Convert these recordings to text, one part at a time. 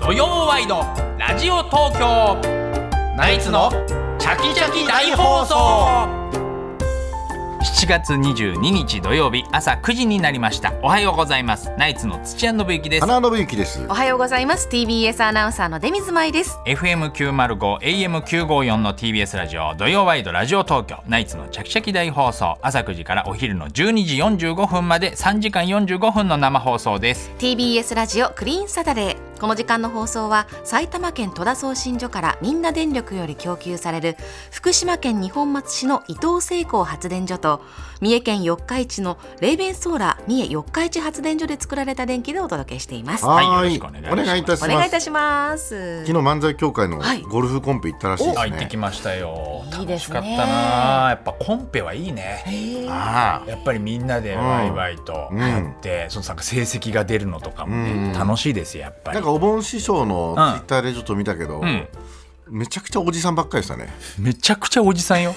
土曜ワイドラジオ東京ナイツのチャキチャキ大放送7月22日土曜日朝9時になりましたおはようございますナイツの土屋信之です花信之ですおはようございます TBS アナウンサーの出水舞です FM905 AM954 の TBS ラジオ土曜ワイドラジオ東京ナイツのチャキチャキ大放送朝9時からお昼の12時45分まで3時間45分の生放送です TBS ラジオクリーンサタデーこの時間の放送は埼玉県戸田送信所からみんな電力より供給される福島県二本松市の伊東製鋼発電所と三重県四日市のレーベンソーラー三重四日市発電所で作られた電気でお届けしていますおはいはいよろしくお願いしますお願いいたしま願いいすたします昨日漫才協会のはいゴルフコンペ行ったらしいですあ行ってきねましたよいい楽でしすかねったなやっぱコンペはいいねあやっぱりみんなでワイワイとうんやって、そのなんか成績が出るのとかもね、うん楽しいですよやっぱありなんかお盆師匠うのんツイッターでちょっと見たけど、んめちゃくちゃおじさんばっかりでしたねめちゃくちゃおじさんよ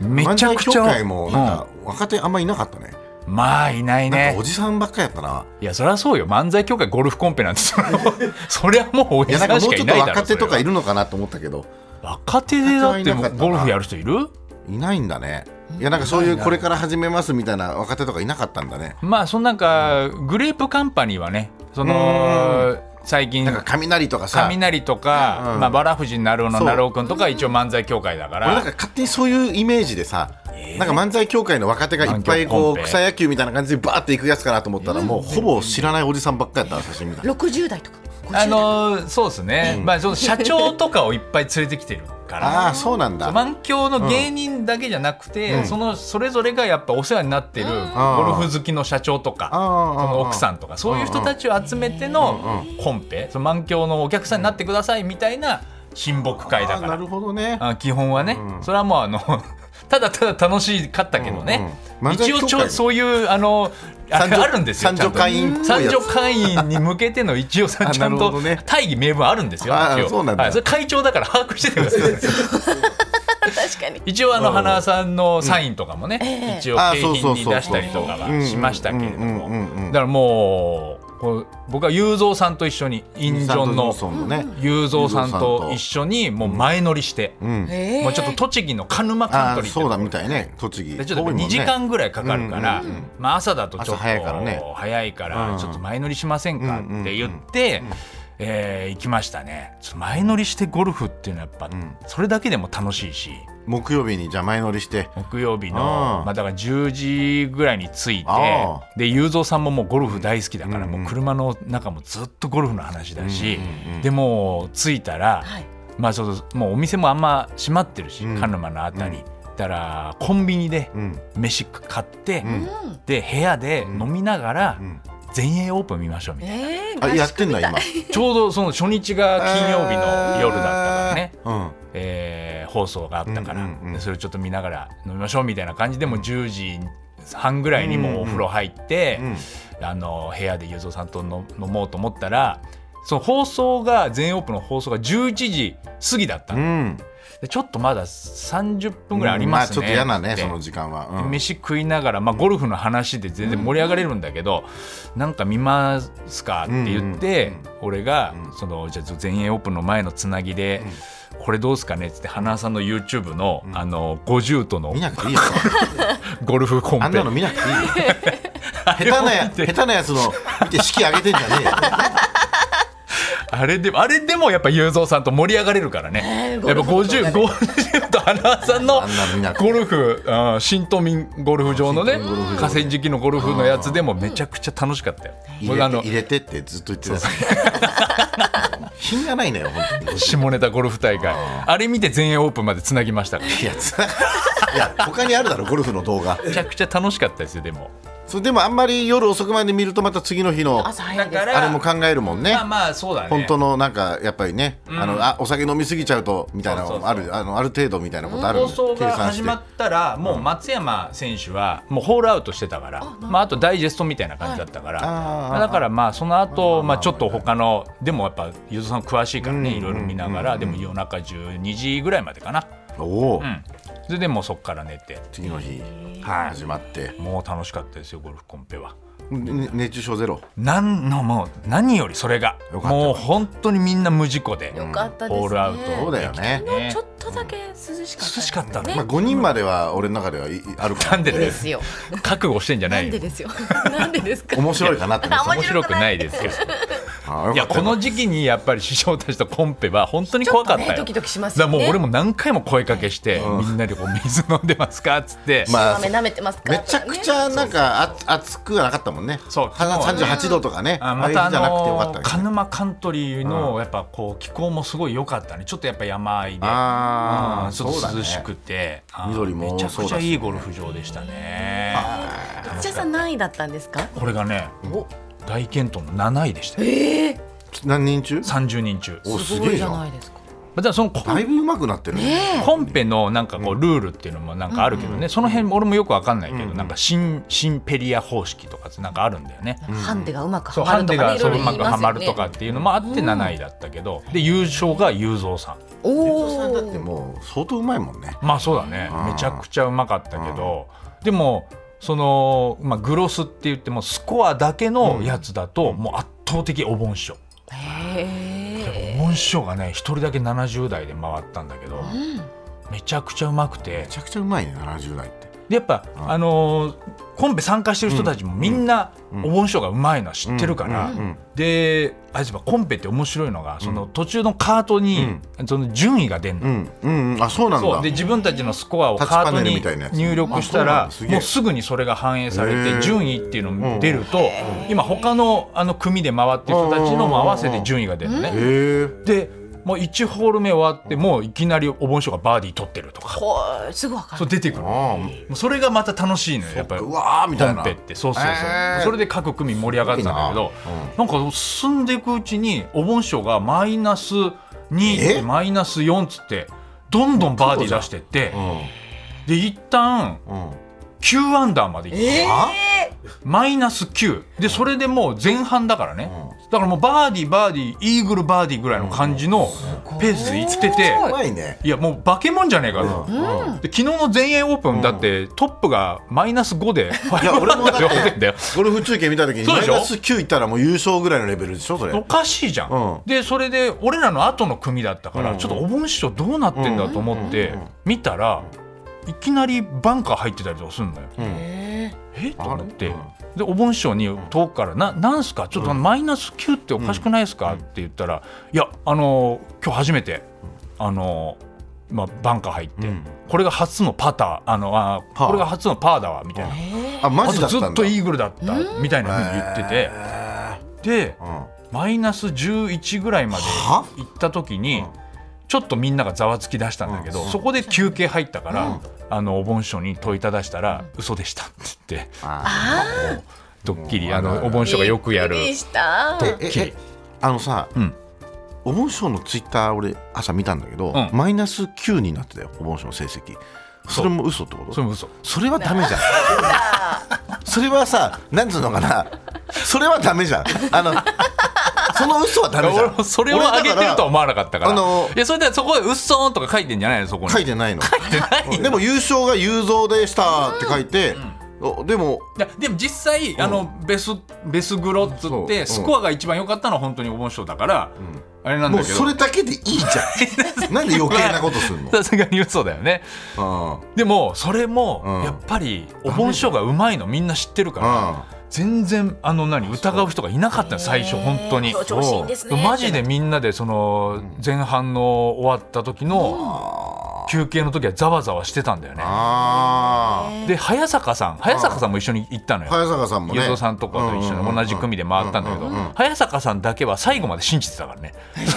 めちゃく 漫才ち協ゃ会もなんか若手あんまいなかったねうんまあいないなんねかおじさんばっかりやったないやそりゃそうよ漫才協会ゴルフコンペなんですよ そりゃもうおいじやさなんかんもしかいうちょっとないだろ若手とかいるるのかなと思ったけど若手でだってもうゴルフやる人いるいないんだねいやなんかそういうこれから始めますみたいな若手とかいなかったんだねまあそのなんかグレープカンパニーはねその最近なんか雷とかさ雷とか、うんまあ、バラフジになるのそうなろうくんとか一応漫才協会だか俺なんらか勝手にそういうイメージでさ、なんか漫才協会の若手がいっぱい環境コこンペう草野球みたいな感じでバーっていくやつかなと思ったらもうほぼ知らないおじさんばっかやった写真見たら六十代とか50代あのーそうですね、まあ、その社長とかをいっぱい連れてきてるかあらあそうなんだ満響の芸人だけじゃなくて、そのそれぞれがやっぱお世話になってるゴルフ好きの社長とか、あーその奥さんとかそういう人たちを集めてのコンペその満響のお客さんになってくださいみたいな親睦会だあーかならるほどねあ基本はね、それはもうあの ただただ楽しかったけどね、うんうん漫才一協応会ちょそういうあのあ三女あるんですよ三女会員っぽいやつ三女会員に向けての 一応さあちゃんなるほとどね大義名分あるんですよあー一応そうなんだはい、それ会長だから把握しててくだ さい確かに一応あの花さんのサインとかもね、ええ一応景品に出したりとかはしましたけれどもうんうんうんうんうんうだんからもうこう僕は雄三さんと一緒にインジョンのソンのね雄三さんと一緒にもう前乗りして、うんえーもうちょっと栃木の鹿沼カンあトーリーってそうだみたいね栃木でちょっと遠いもんね2時間ぐらいかかるから、うんうんうんまあ、朝だとちょっと朝早いからね早いからうんちょっと前乗りしませんかって言って、えー行きましたねちょっと前乗りしてゴルフっていうのはやっぱ、んそれだけでも楽しいし木曜日にじゃあ前乗りして木曜日のうんまあ、だから10時ぐらいに着いてああで雄三さんももうゴルフ大好きだから、うんうんもう車の中もずっとゴルフの話だし、うんうんうんでもう着いたら、はいまあ、そうそうもうお店もあんま閉まってるし、うん鹿沼のあたり、だからコンビニでうん飯買って、うんうんで部屋で飲みながらうん全英オープン見ましょうみたいな、えーあやってんだ今ちょうどその初日が金曜日の夜だったから ね、うんえー放送があったから、うんうんうんでそれをちょっと見ながら飲みましょうみたいな感じでもう10時半ぐらいにもうお風呂入って、うんあの部屋でゆ三さんとの飲もうと思ったらその放送が全英オープンの放送が11時過ぎだったうの、んでちょっとまだ30分ぐらいありますね、あちょっと嫌なねってその時間はうん飯食いながら、まあ、ゴルフの話で全然盛り上がれるんだけど、なんか見ますかって言って、うんうん俺が、うんそのじゃあ全英オープンの前のつなぎで、これどうすかねっつって花さんの YouTube の,、あの50との見なくていいよゴルフコンペあんなの見なくていいよ下手な や下手なやつの見て式上げてんじゃねえよあれでもあれでもやっぱ雄三さんと盛り上がれるからね、ーやっぱゴルフ 50, 50と花さんのあんなの見なくてゴルフあー新都民ゴルフ場のね新都民ゴルフ場で河川敷のゴルフのやつでもめちゃくちゃ楽しかったよ。入俺あれのて入れてってずっと言ってたさ品がないのよ本当に下ネタゴルフ大会あれ見て全英オープンまでつなぎましたからめいやつ いや他にあるだろゴルフの動画ちゃくちゃ楽しかったですよでもそれでもあんまり夜遅くまで見るとまた次の日の朝早いでだすからあれも考えるもんねまあまあそうだね本当のなんかやっぱりね、あのあお酒飲みすぎちゃうとみたいなそうそうのそうあるあのある程度みたいなことあるん放で送計が算し始てまったらもう松山選手はもうホールアウトしてたからあ,、まあ、あとダイジェストみたいな感じだったから、あーだからまあその後、まあちょっと他のでもやっぱゆずさん詳しいからね、いろいろ見ながら、でも夜中12時ぐらいまでかな、おお、うん、それでもうそっから寝て次の日、始まってもう楽しかったですよゴルフコンペは。ね熱中症ゼロ何のもう何よりそれがよかったよもう本当にみんな無事故でよかったですねオールアウそトうだよね昨日ちょっとだけ涼しかった、涼しかったのねまあ5人までは俺の中ではいいあるかならんででですよ覚悟してんじゃなないんよでですよ なんでですか面白いかなって思って面面白くないですよあーいやよかったこよかのっ時期にやっぱり師匠たちとコンペは本当に怖かったよちょっとねドキドキしますだよかねらもう俺も何回も声かけして、うんみんなでこう水飲んでますかっつって、たまあ雨舐めてますかめちゃくちゃなんかあ暑くはなかったもんねそう三十八度とかねあまたああれじゃなくてよかのった鹿ね沼カントリーのやっぱこう気候もすごい良かったねちょっとやっぱ山あいであうあんちょっと涼しくて、あー緑もめちゃくそうちゃだしいいゴルフ場でしたね土屋さん何位だったんですかこれがね大健闘の7位でしたよええ何人中30人中おすすごげえいじじゃゃなんいですかだからそのコだいンぶ上手くなってるねねコンペのなんかこうルールっていうのもなんかあるけどね、その辺も俺もよくわかんないけど、なんかシンシンペリア方式とかってなんかあるんだよね、えハンデがうまくそうはまハるンとデかがねいそろういうまろ言くいまはすよまねるとかっていうのもあって7位だったけど、で優勝が雄三さんおさんだっておもう相当うまいもんねまあそうだねうんめちゃくちゃうまかったけどでもその、まあ、グロスって言ってもスコアだけのやつだと、もう圧倒的お盆師匠へお盆師匠がね一人だけ70代で回ったんだけど、えうんめちゃくちゃうまくてめちゃくちゃうまいね七十代ってでやっぱ、んあのーコンペ参加してる人たちもみんなうんお盆師匠がうまいのは知ってるから、うんうんであいつはコンペって面白いのがその途中のカートに、その順位が出んの。うんうんうんあそうなんだそうで自分たちのスコアをカータットチパネルにみたいなやつ入力したあらそうなんだすげえもうすぐにそれが反映されへてー順位っていうのも出ると今他のあの組で回ってる人たちのも合わせて順位が出るのね。へえでもう1ホール目終わってもういきなりお盆所がバーディー取ってるとかこうすぐわかそうる出てくるのあもうそれがまた楽しいのよやっぱありう。わーみコたいンなペってそうそうそう、へーそれで各組盛り上がってたんだけどすごいななんか進んでいくうちにお盆賞がマイナス2えマイナス4つってどんどんバーディー出してってで一旦うんうん9アンダーまで行って、あマイナス9でそれでもう前半だからね、うだからもうバーディーバーディーイーグルバーディーぐらいの感じのペースで行ってて、うまいねいやもう化け物じゃねえかと。うんで昨日の全英オープンだってトップがマイナス5でいや5俺もだ で終わってっんだよてゴルフ中継見た時にそうマでイしょナス9いったらもう優勝ぐらいのレベルでしょそれおかしいじゃん、うんでそれで俺らの後の組だったから、うんちょっとお盆師匠どうなってんだと思ってうんうん見たら、いきなりバンカー入ってたりとかするのよ、うんええと思って、あでれお盆師匠に遠くから「ななんすかちょっとマイナス9っておかしくないですか?」って言ったら「いやあのー今日初めてあのーまあ、バンカー入って、うんこれが初のパターあのあパーこれが初のパーだわ」みたいな。ああマとジだったずんだっとイーグルだったみたいなふうに言ってて、で、うんはマイナス11ぐらいまでは行った時にちょっとみんながざわつき出したんだけど、そこで休憩入ったから、あのお盆所に問いただしたら「嘘でした」って言ってあドッキリもうああるあのるお盆所がよくやるびっくりしたードッキリええあのさうんお盆賞のツイッター俺朝見たんだけどうんマイナス9になってたよお盆賞の成績それも嘘ってことそれも嘘それは ダメじゃん。それはさ、なんつうのかな。それはダメじゃん。あの、その嘘はダメじゃ俺ん。もそれを上げてるとは思わなかったからあのいやそれでそこで「嘘とか書いてんじゃないのそこに書いてないの。でも優勝が雄三でしたって書いて、おでも、いやでも実際、あのベスベスグロっつそっううてんスコアが一番良かったのは本当にお盆所だから、あれなんもだうけどそれだけでいいじ ゃん。なんで余計なことするのさすがに嘘だよねうん。でもそれもうんやっぱりお盆所がうまいのみんな知ってるから全然あの何疑う人がいなかったの最初本当にえー調子いいんですねマジでみんなでその前半の終わった時の休憩の時はざわざわしてたんだよねあで早坂さん早坂さんも一緒に行ったのあ。よ早坂さんもゆね。ずおさんとかと一緒に同じ組で回ったんだけどうううん早坂さんだけは最後まで信じてたからね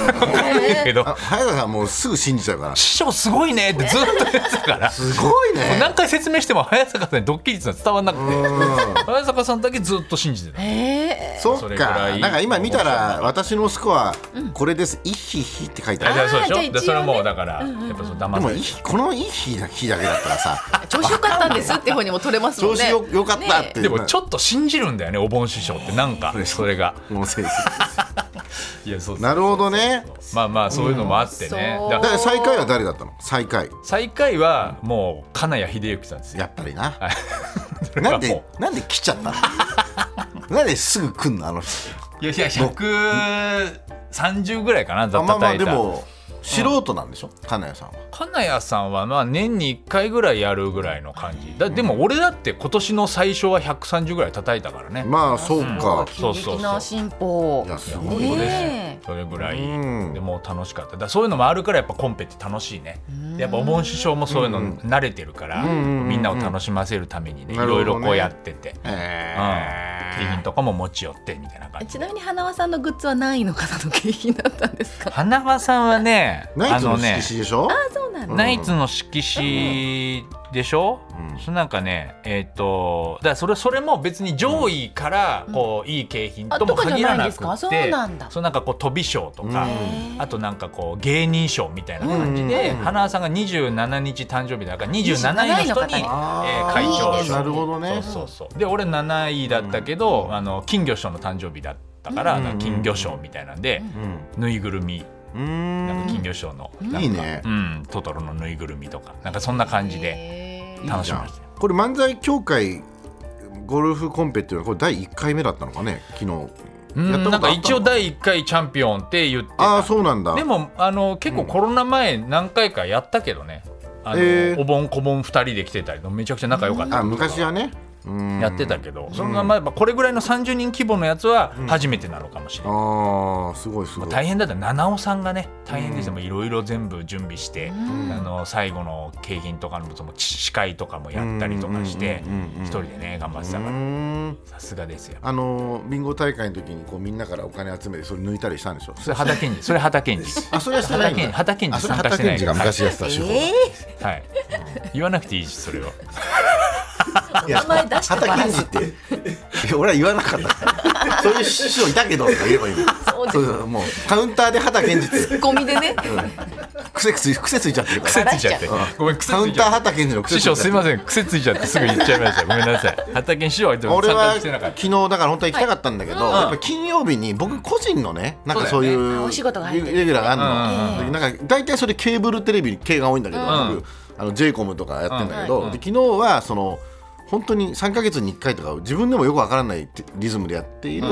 わか んないけどあ早坂さんもうすぐ信じちゃうから。師匠すごいねってずっと言ってたからすごいね。何回説明しても早坂さんにドッキリっていうのは伝わらなくて。うん 早坂さんだけずっと信じてた。えそそっれぐらか。いなんか今見たら私のスコアこれです。イッヒッヒって書いてある。あそうでしじゃあょ一応でねそれはもうだから、やっぱそうで騙もされいていこのいい日だ日だけだったらさ 調子良かったんですっていう方にも取れますも調ん子ねよよかったって、ねでもちょっと信じるんだよねお盆師匠ってなんかそれがもう先いやそう生なるほどねまあまあそういうのもあってね、うんだかだらから最下位は誰だったの最下位最下位はもう金谷秀幸さんですよやっぱりなはいそれなはんもでうなんで来ちゃったの なんですぐ来んのあの人いやいや130ぐらいかなざあっまあまあ叩いでた、も素人なんでしょ、金谷さんは金谷さんはまあ年に1回ぐらいやるぐらいの感じだでも俺だって今年の最初は130ぐらい叩いたからね、まあそうか、そ急うそう激そうな進歩いやす本ごい当ですね、よねえそれぐらい、うんでもう楽しかっただからそういうのもあるからやっぱコンペって楽しいねでやっぱおぼん師匠もそういうの慣れてるから、うんみんなを楽しませるためにね、ないるろいほどねろこうやってて、うんえ景品とかも持ち寄ってみたいな感じちなみに花輪さんのグッズは何位の方の景品だったんですか花輪さんはねナイツのあね色紙でしょ、あそうなんだ、ナイツの色紙でしょ、うんそなんかねえっ、とだからそれそれも別に上位からこう、いい景品ともあとかじゃ限らなくてないんですかそうなんだそうなんかこう飛び賞とか、うんあとなんかこう芸人賞みたいな感じで、うん花輪さんが27日誕生日だから27位の人に27位の方にえー会いい長です賞ねなるほどそねうそうそうで俺7位だったけど、あの金魚賞の誕生日だったから、うんなんか金魚賞みたいなんで、うんぬいぐるみうなんかん金魚賞の、なんかいいねうん、トトロのぬいぐるみとかなんかそんな感じでへえ楽しみましたよこれ漫才協会ゴルフコンペっていうのはこれ第1回目だったのかね昨日うんやったことあったのなんか一応第1回チャンピオンって言ってああたそうなんだでもあの結構コロナ前何回かやったけどねあの、えーお盆こぼん2人で来てたりめちゃくちゃ仲良かったあ昔はねうんやってたけど、そのまあまあこれぐらいの30人規模のやつは初めてなのかもしれない、ああすごいすごい、大変だった七尾さんがね大変でしたもういろいろ全部準備して、うんあの最後の景品とかのその司会とかもやったりとかしてうんうんうんうん一人でね頑張ってたうからんさすがですよあのービンゴ大会の時にこうみんなからお金集めてそれ抜いたりしたんでしょそれ畑健二それ畑健二 あそれはしてないんだ畑健二あそれ畑健二参加してない畑健二が昔やってた手法えはい言わなくていいしそれをいや名前出してもらわない畑健二って俺は言わなかったそういう師匠いたけどとか言えばいいのそうですそうそうもうカウンターで畑健二ってー、ゴミでね、癖つい癖ついちゃってるか癖らついちゃってごめん癖つカウいンちターゃって畑健二の癖師ついち匠ゃってすいません癖ついちゃってすぐ言っちゃいましたごめんなさい畑健師匠はでも俺参加はしてなかっ昨た日だから本当は行きたかったんだけど、んやっぱ金曜日に僕個人のねなんかそういそううお仕事が入ってるレギュラーがあるうんの、なんか大体それケーブルテレビ系が多いんだけど、うん僕あの j イコムとかやってんだけど、うんで昨日はその本当に3か月に1回とか自分でもよくわからないリズムでやっている、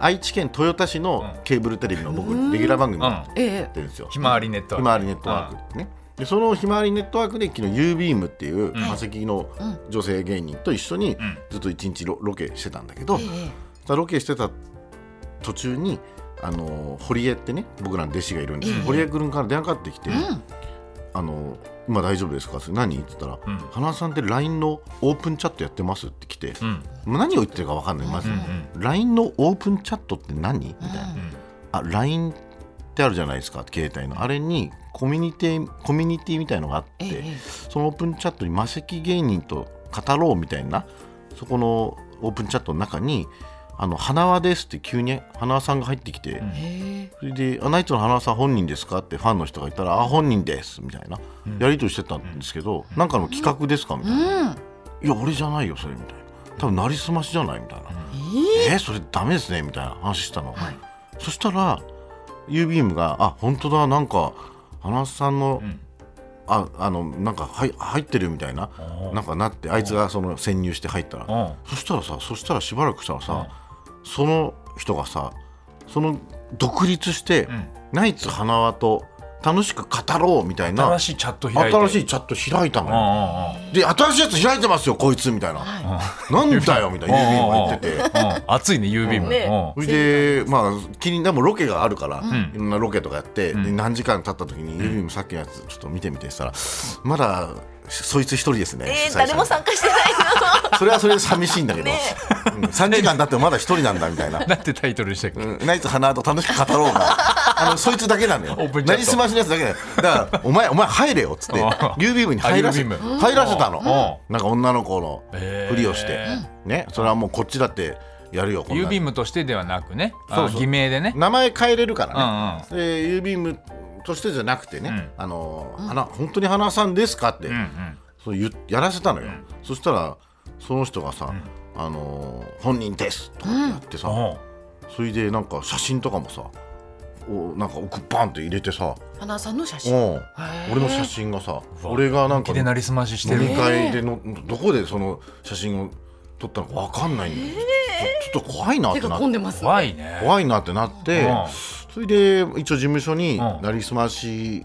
愛知県豊田市のケーブルテレビの僕、レギュラー番組うやんええってるんですよ。ひまわりネットワークひまわりネットワークってね、でそのひまわりネットワークで昨日 u ビームっていうんマセキの女性芸人と一緒にんずっと一日ロロケしてたんだけど、ええロケしてた途中にあのー堀江ってね僕らの弟子がいるんですけど、ええ堀江君から電話かかってきて「んあのー今大丈夫ですか?」って何?」って言ったら「ん花輪さんって LINE のオープンチャットやってます?」って来て、うんもう何を言ってるか分かんないまず、うん LINE のオープンチャットって何?」みたいな。あ LINE ってあるじゃないですか携帯のあれにコミュニティコミュニティみたいのがあって、ええそのオープンチャットに魔石芸人と語ろうみたいなそこのオープンチャットの中に「あの花輪です」って急に花輪さんが入ってきて、えそれで「あナイツの花輪さん本人ですか?」ってファンの人がいたら「あ本人です」みたいなやり取りしてたんですけど、なんかの企画ですかみたいな「うんいや俺じゃないよそれ」みたいな「多分なりすましじゃない」みたいな。えーそれダメですねみたいな話したの、はいそしたら u ビームが「あ本当だなんか花輪さんの、んああのなんかはい入ってる」みたいなおーなんかなってあいつがその潜入して入ったらうんそしたらさそしたらしばらくしたらさその人がさその独立して、んナイツ花輪と楽しく語ろうみたいな新新ししいチャットい開いてチャット開いたのうんうよ、んうんで新しいやつ開いてますよこいつみたいな、なんだよみたいな u ビームが言ってて。うん熱いね、郵便も。ねうそれでまあ気にでもロケがあるから、いろんなロケとかやって、で何時間経った時に「ユーミンさっきのやつちょっと見てみて」したら「まだそいつ一人ですね」え主催ー、者誰も参加してないそれはそれで寂しいんだけど、ねうん3時間経ってもまだ一人なんだみたいなん。なんてタイトルでしたっけうんナイツ花と楽しく語ろうが あのそいつだけなのよオープンチャットなりすましのやつだけなのよだから「お前お前入れよ」っつってうんユービームに入らせあユービーム入らせたのうなんか女の子のふりをしてへねそれはもうこっちだってやるよこんな郵の便部としてではなくね、そあうそう偽名でね。名前変えれるからね、うんうんえー郵便部としてじゃなくてね、あのー花本当に花さんですかって、うんそう言うやらせたのよ、そしたらその人がさ、あのー本人ですとかってやってさ、うんおうそれでなんか写真とかもさおなんか奥バンって入れてさ、の花さんの写う真ん、俺の写真がさわ俺がなんか気でなりすましして飲るみ。会でのどこでその写真を撮ったのかわかんないんだよ、ちょっと怖いなって手ながっ込んてでますね怖いね怖いなってなって、うんそれで一応事務所にうん「なりすまし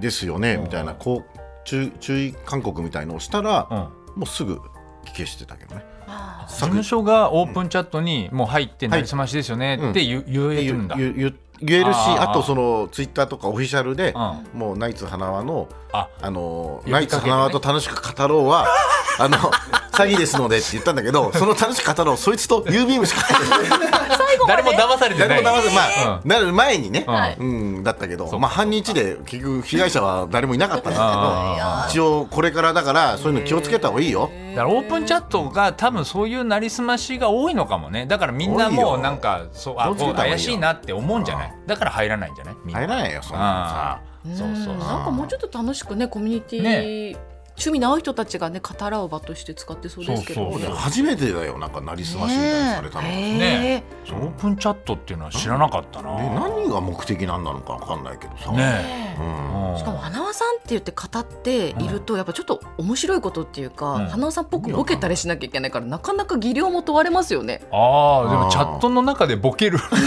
ですよね」うんみたいなこう注注意勧告みたいのをしたら、うんもうすぐ消してたけどね。あ事務所がオープンチャットにもう入って「いなりすましですよね」って言う言えるんだ、うん、言言言えるしあーあとそのツイッターとかオフィシャルで、あもうナイツ花輪のあの呼びかけてねナイツ花輪と楽しく語ろうはあの詐欺ですのでって言ったんだけどその楽しく語ろうそいつと U ビームしか誰も騙されてな誰いも騙せまあ、うなる前にね、はいうん、だったけどそうかまあ半日で結局被害者は誰もいなかったんあーだけど一応これからだからそういうの気をつけた方がいいよ。だからオープンチャットが多分そういうなりすましが多いのかもねだからみんな多もいうよなんかそうあ気をつけたこ方うがいいよ怪しいなって思うんじゃないだから入らないんじゃないみんな入らないよそんなうんそうそうそうなんかもうちょっと楽しくねコミュニティ、ね趣味の合う人たちがね語らう場として使ってそうですけどそうそのうさそう初めてだよなんかなりすましみたいにされたの。ねえねそうオープンチャットっていうのは知らなかったなね何が目的なんなのかわかんないけどさ。ねえねうええんうんしかも花輪さんって言って語っていると、やっぱちょっと面白いことっていうか、うん花輪さんっぽくボケたりしなきゃいけないからなかなか技量も問われますよね。ああであもーチャットの中でボケるそうなんだまあそれは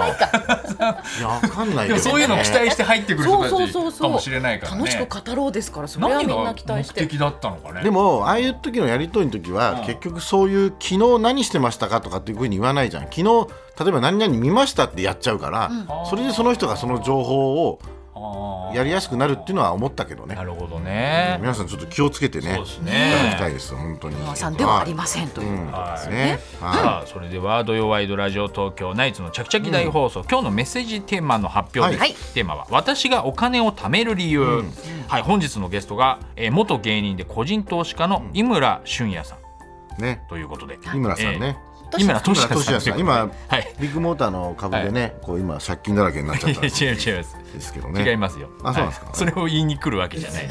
ないか。いや、わかんないでけど、もね。そういうのを期待して入ってくる人そうそうそうたちそうかもしれないからね楽しく語ろうですから、それはみ何んがな期目待して。的だったのかねでも、ああいう時のやりとりの時は、うん結局そういう昨日何してましたかとかっていうふうに言わないじゃん。昨日、例えば何々見ましたってやっちゃうから、うんそれでその人がその情報をあーやりやすくなるっていうのは思ったけどねな。るほどね皆さんちょっと気をつけてね。そうですいねただきたいですよ、本当に。花輪さんではありませんとういんう。はいね。はさあそれでは「土曜ワイドラジオ東京ナイツのチャキチャキ大放送」今日のメッセージテーマの発表です、はいテーマは「私がお金を貯める理由」うんはい、本日のゲストが、えー元芸人で個人投資家の井村俊也さんい。ね。ということで、井村さんね。えー井村俊也さんということで井村俊也さん今はいビッグモーターの株でね、こう今借金だらけになっちゃったんいですや違う 違いますですけど違いね。ますよ、あそうなんですかはいそれを言いに来るわけじゃない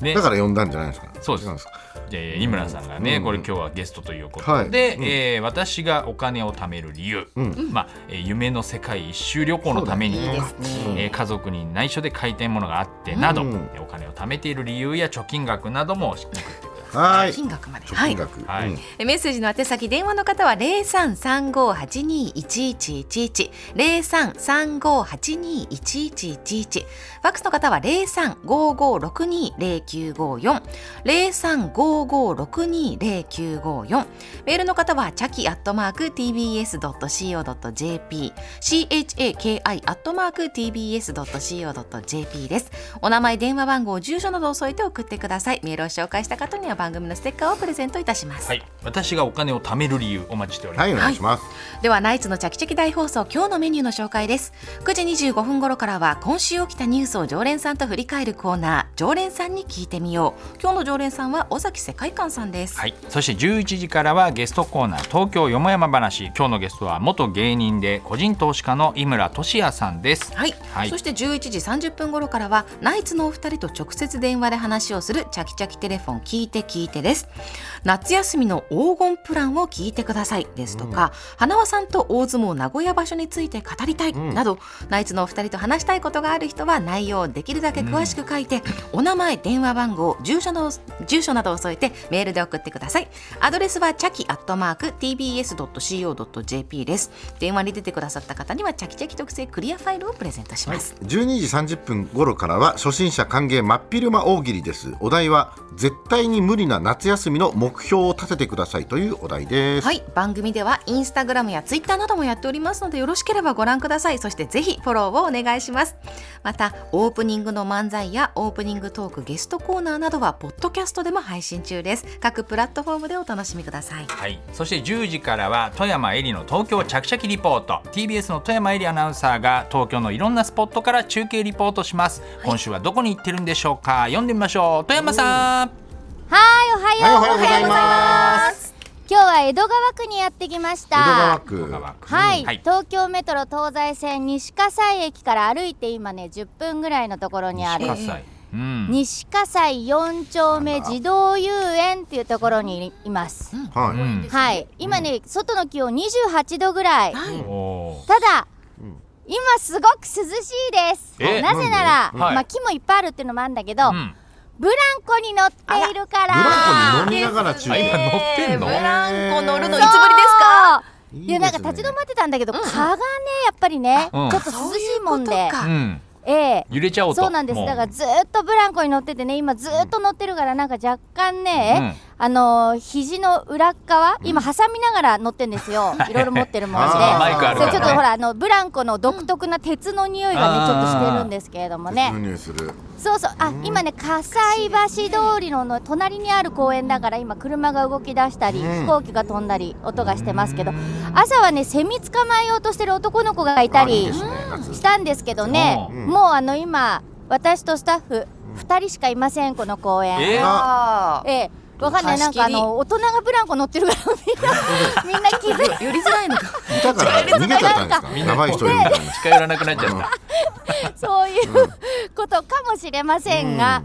ね だから呼んだんじゃないですか。そうです違んかえー井村さんがね、うんこれ今日はゲストということで、はいえうーん私がお金を貯める理由、んまあえー夢の世界一周旅行のためにとそうだか、ねいいですねえー家族に内緒で買いたいものがあってなど、うんえーお金を貯めている理由や貯金額なども送ってくださはーい。金額まで。貯金額。はういんえメッセージの宛先電話の方は零三三五八二一一一一零三三五八二一一一一ファックスの方は零三五五六二零九五四零三五五六二零九五四メールの方はチャキアットマーク tbs ドット co ドット jp c h a k i アットマーク tbs ドット co ドット jp です。お名前電話番号住所などを添えて送ってください。メールを紹介した方には番組のステッカーをプレゼントいたします。い、はい、私がお金を貯める理由お待ちしております、はい、お願いします。ではナイツのチャキチャキ大放送今日のメニューの紹介です9時25分頃からは今週起きたニュースを常連さんと振り返るコーナー常連さんに聞いてみよう今日の常連さんは尾崎世界観さんです、はい、そして11時からはゲストコーナー東京よもやま話今日のゲストは元芸人で個人投資家の井村俊也さんですはいはいそして11時30分頃からはナイツのお二人と直接電話で話をするチャキチャキテレフォン聞いて聞いてです夏休みの黄金プランを聞いてくださいですとか、花輪さんと大相撲名古屋場所について語りたいうんなど、ナイツのお二人と話したいことがある人は内容をできるだけ詳しく書いて、お名前電話番号住所の住所などを添えてメールで送ってくださいアドレスはチャキアットマーク tbs.co.jp です電話に出てくださった方にはチャキチャキ特製クリアファイルをプレゼントします、 12時30分頃からは初心者歓迎真っ昼間大喜利ですお題は絶対に無理な夏休みの目標を立ててくださいというお題です、はい番組ではインスタグラムやツイッターなどもやっておりますのでよろしければご覧くださいそしてぜひフォローをお願いしますまたオープニングの漫才やオープニングトークゲストコーナーなどはポッドキャストでも配信中です各プラットフォームでお楽しみくださいはい、そして10時からは富山えりの東京ちゃきちゃきリポート TBS の富山えりアナウンサーが東京のいろんなスポットから中継リポートします、今週はどこに行ってるんでしょうか読んでみましょう富山さんはい、おはよう。はいおはようございます。今日は江戸川区にやってきま江し戸川た。区はい、はい東京メトロ東西線西葛西駅から歩いて今ね10分ぐらいのところにある西葛西うん、西葛西4丁目児童遊園っていうところにいます、はい、うんはい今ね、外の気温28度ぐらいたおおーだ、今すごく涼しいですえなぜならなんではいまあ木もいっぱいあるっていうのもあるんだけど、うん、ブランコに乗っているからブランコに飲みながら中あ今乗ってんのブランコ乗るのいつぶりですそうかいいいやなんかです立ちね止まってたんだけど、蚊がねやっぱりね、うんちょっと涼しいもんでそういうことかうんええ揺れちゃおうとそうなんですもだからずーっとブランコに乗っててね今ずーっと乗ってるからなんか若干ね、あのー肘の裏っ側今挟みながら乗ってんですよいろいろ持ってるもんであーマイクあるそかうら、ちょね、っとほらあのブランコの独特な鉄の匂いがねちょっとしてるんですけれどもね鉄の匂いするそうそうあ今ね葛西橋通りのの隣にある公園だから今車が動き出したり、うん飛行機が飛んだり音がしてますけど朝はねセミ捕まえようとしてる男の子がいたあいいりですね夏したんですけどね、うんもうあの今私とスタッフ2人しかいませんこの公園。えーあーええわかんない、なんかあの大人がブランコ乗ってるから、みん な、みんな気づい寄りづらいのかいたから逃げちゃったんですかやばい人いるみたいな近寄らなくなっちゃったそういううことかもしれませんが、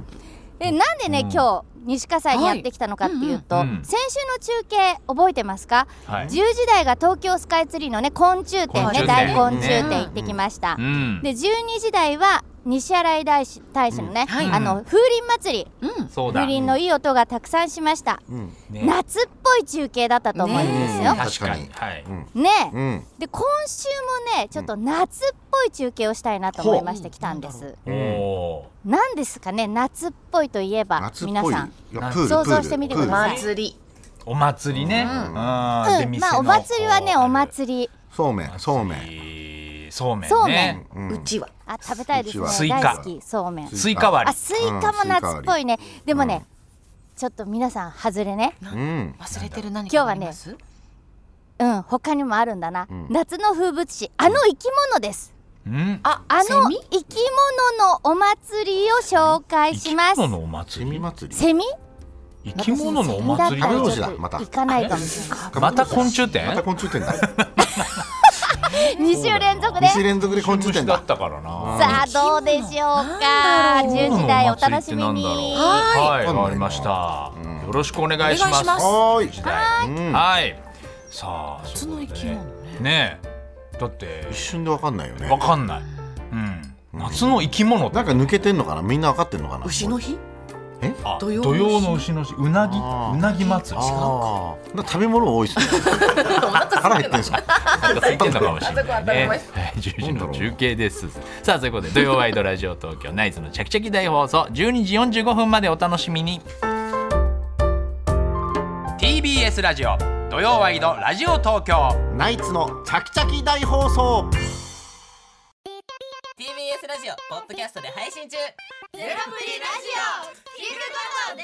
えなんでね、うん今日西葛西にやってきたのかっていうと、はいうんうんうん先週の中継覚えてますか、はい10時台が東京スカイツリーのね昆虫昆展虫ね展大昆虫うん展行ってきました、うんで12時台は西新井大師大師のね、うんはいあの風鈴祭りうんそうだ風鈴のいい音がたくさんしました、うんね夏っぽい中継だったと思うんですよ、ね確かに確はい、ねうんで今週もねちょっと夏っぽい中継をしたいなと思いまして来たんです、おおなんですかね夏っぽいといえば夏っ皆ぽいいやさんプールプール想像してみてくださいプール 祭りーお祭りね、うんうんまあお祭りはねお祭りそうめんそうめんりそうめんそうめねんうんうちはあ食べたいですうねちは大好きそうめんスイカ割ありスイカも夏っぽいねでもねちょっと皆さん外れねうん忘れてる何か今日はあねりますうん他にもあるんだなうん夏の風物詩あの生き物ですうんああセのミ生き物のお祭りを紹介し生ますき物のおセ祭ミり祭りセミ生き物のお祭り食私セべミろしだだったらちょまっとた行かないかもしれないまた昆虫展また昆虫展だ2週連続で二週連続で昆虫展だっだたからなさあどうでしょうかなんだろう10時台お楽しみには、はいいわかりました。うんよろしくお願いします。お願いしますはーいはうい。んはい。さあ、夏の生き物ねねえ、だって一瞬でわかんないよねわかんない。うん。夏の生き物ってなんか抜けてんのかなみんなわかってんのかな牛の日あ土土曜曜の牛の日うなぎあーうなぎ祭り。ああ食べ物多いっす ね腹減ってんすかなんか空いてんのかもしれないね。頭は頭い、10時の中継です。さあということで土曜ワイドラジオ東京ナイツのチャキチャキ大放送12時45分までお楽しみに。TBS ラジオ土曜ワイドラジオ東京。ナイツのチャキチャキ大放送 TBS ラジオポッドキャストで配信中ゼロプリラジオ聞くことでき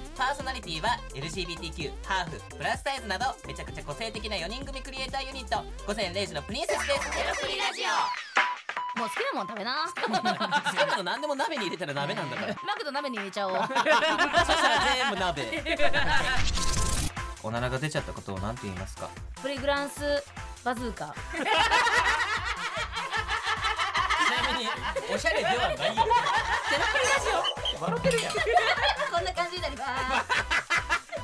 るパーソナリティは LGBTQ ハーフプラスサイズなどめちゃくちゃ個性的な4人組クリエイターユニット午前0時のプリンセスですゼロプリラジオもう好きなもん食べな。 好きなの何でも鍋に入れたら鍋なんだからマクド鍋に入れち ゃおう。そしたら全部鍋 おならが出ちゃったことを何て言いますかプリグランスバズーカ。ちなみにおしゃれではないよゼロプリラジオ笑ってるやんこんな感じになります。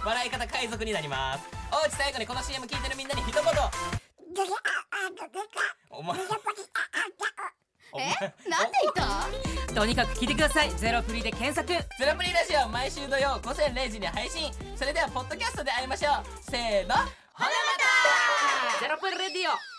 笑い方海賊になりますおうち最後にこの CM 聞いてるみんなに一言お前お前なんで言った？とにかく聞いてください。ゼロプリで検索。ゼロプリラジオ毎週土曜午前0時に配信それではポッドキャストで会いましょうせーのほなまたゼロプリレディオ。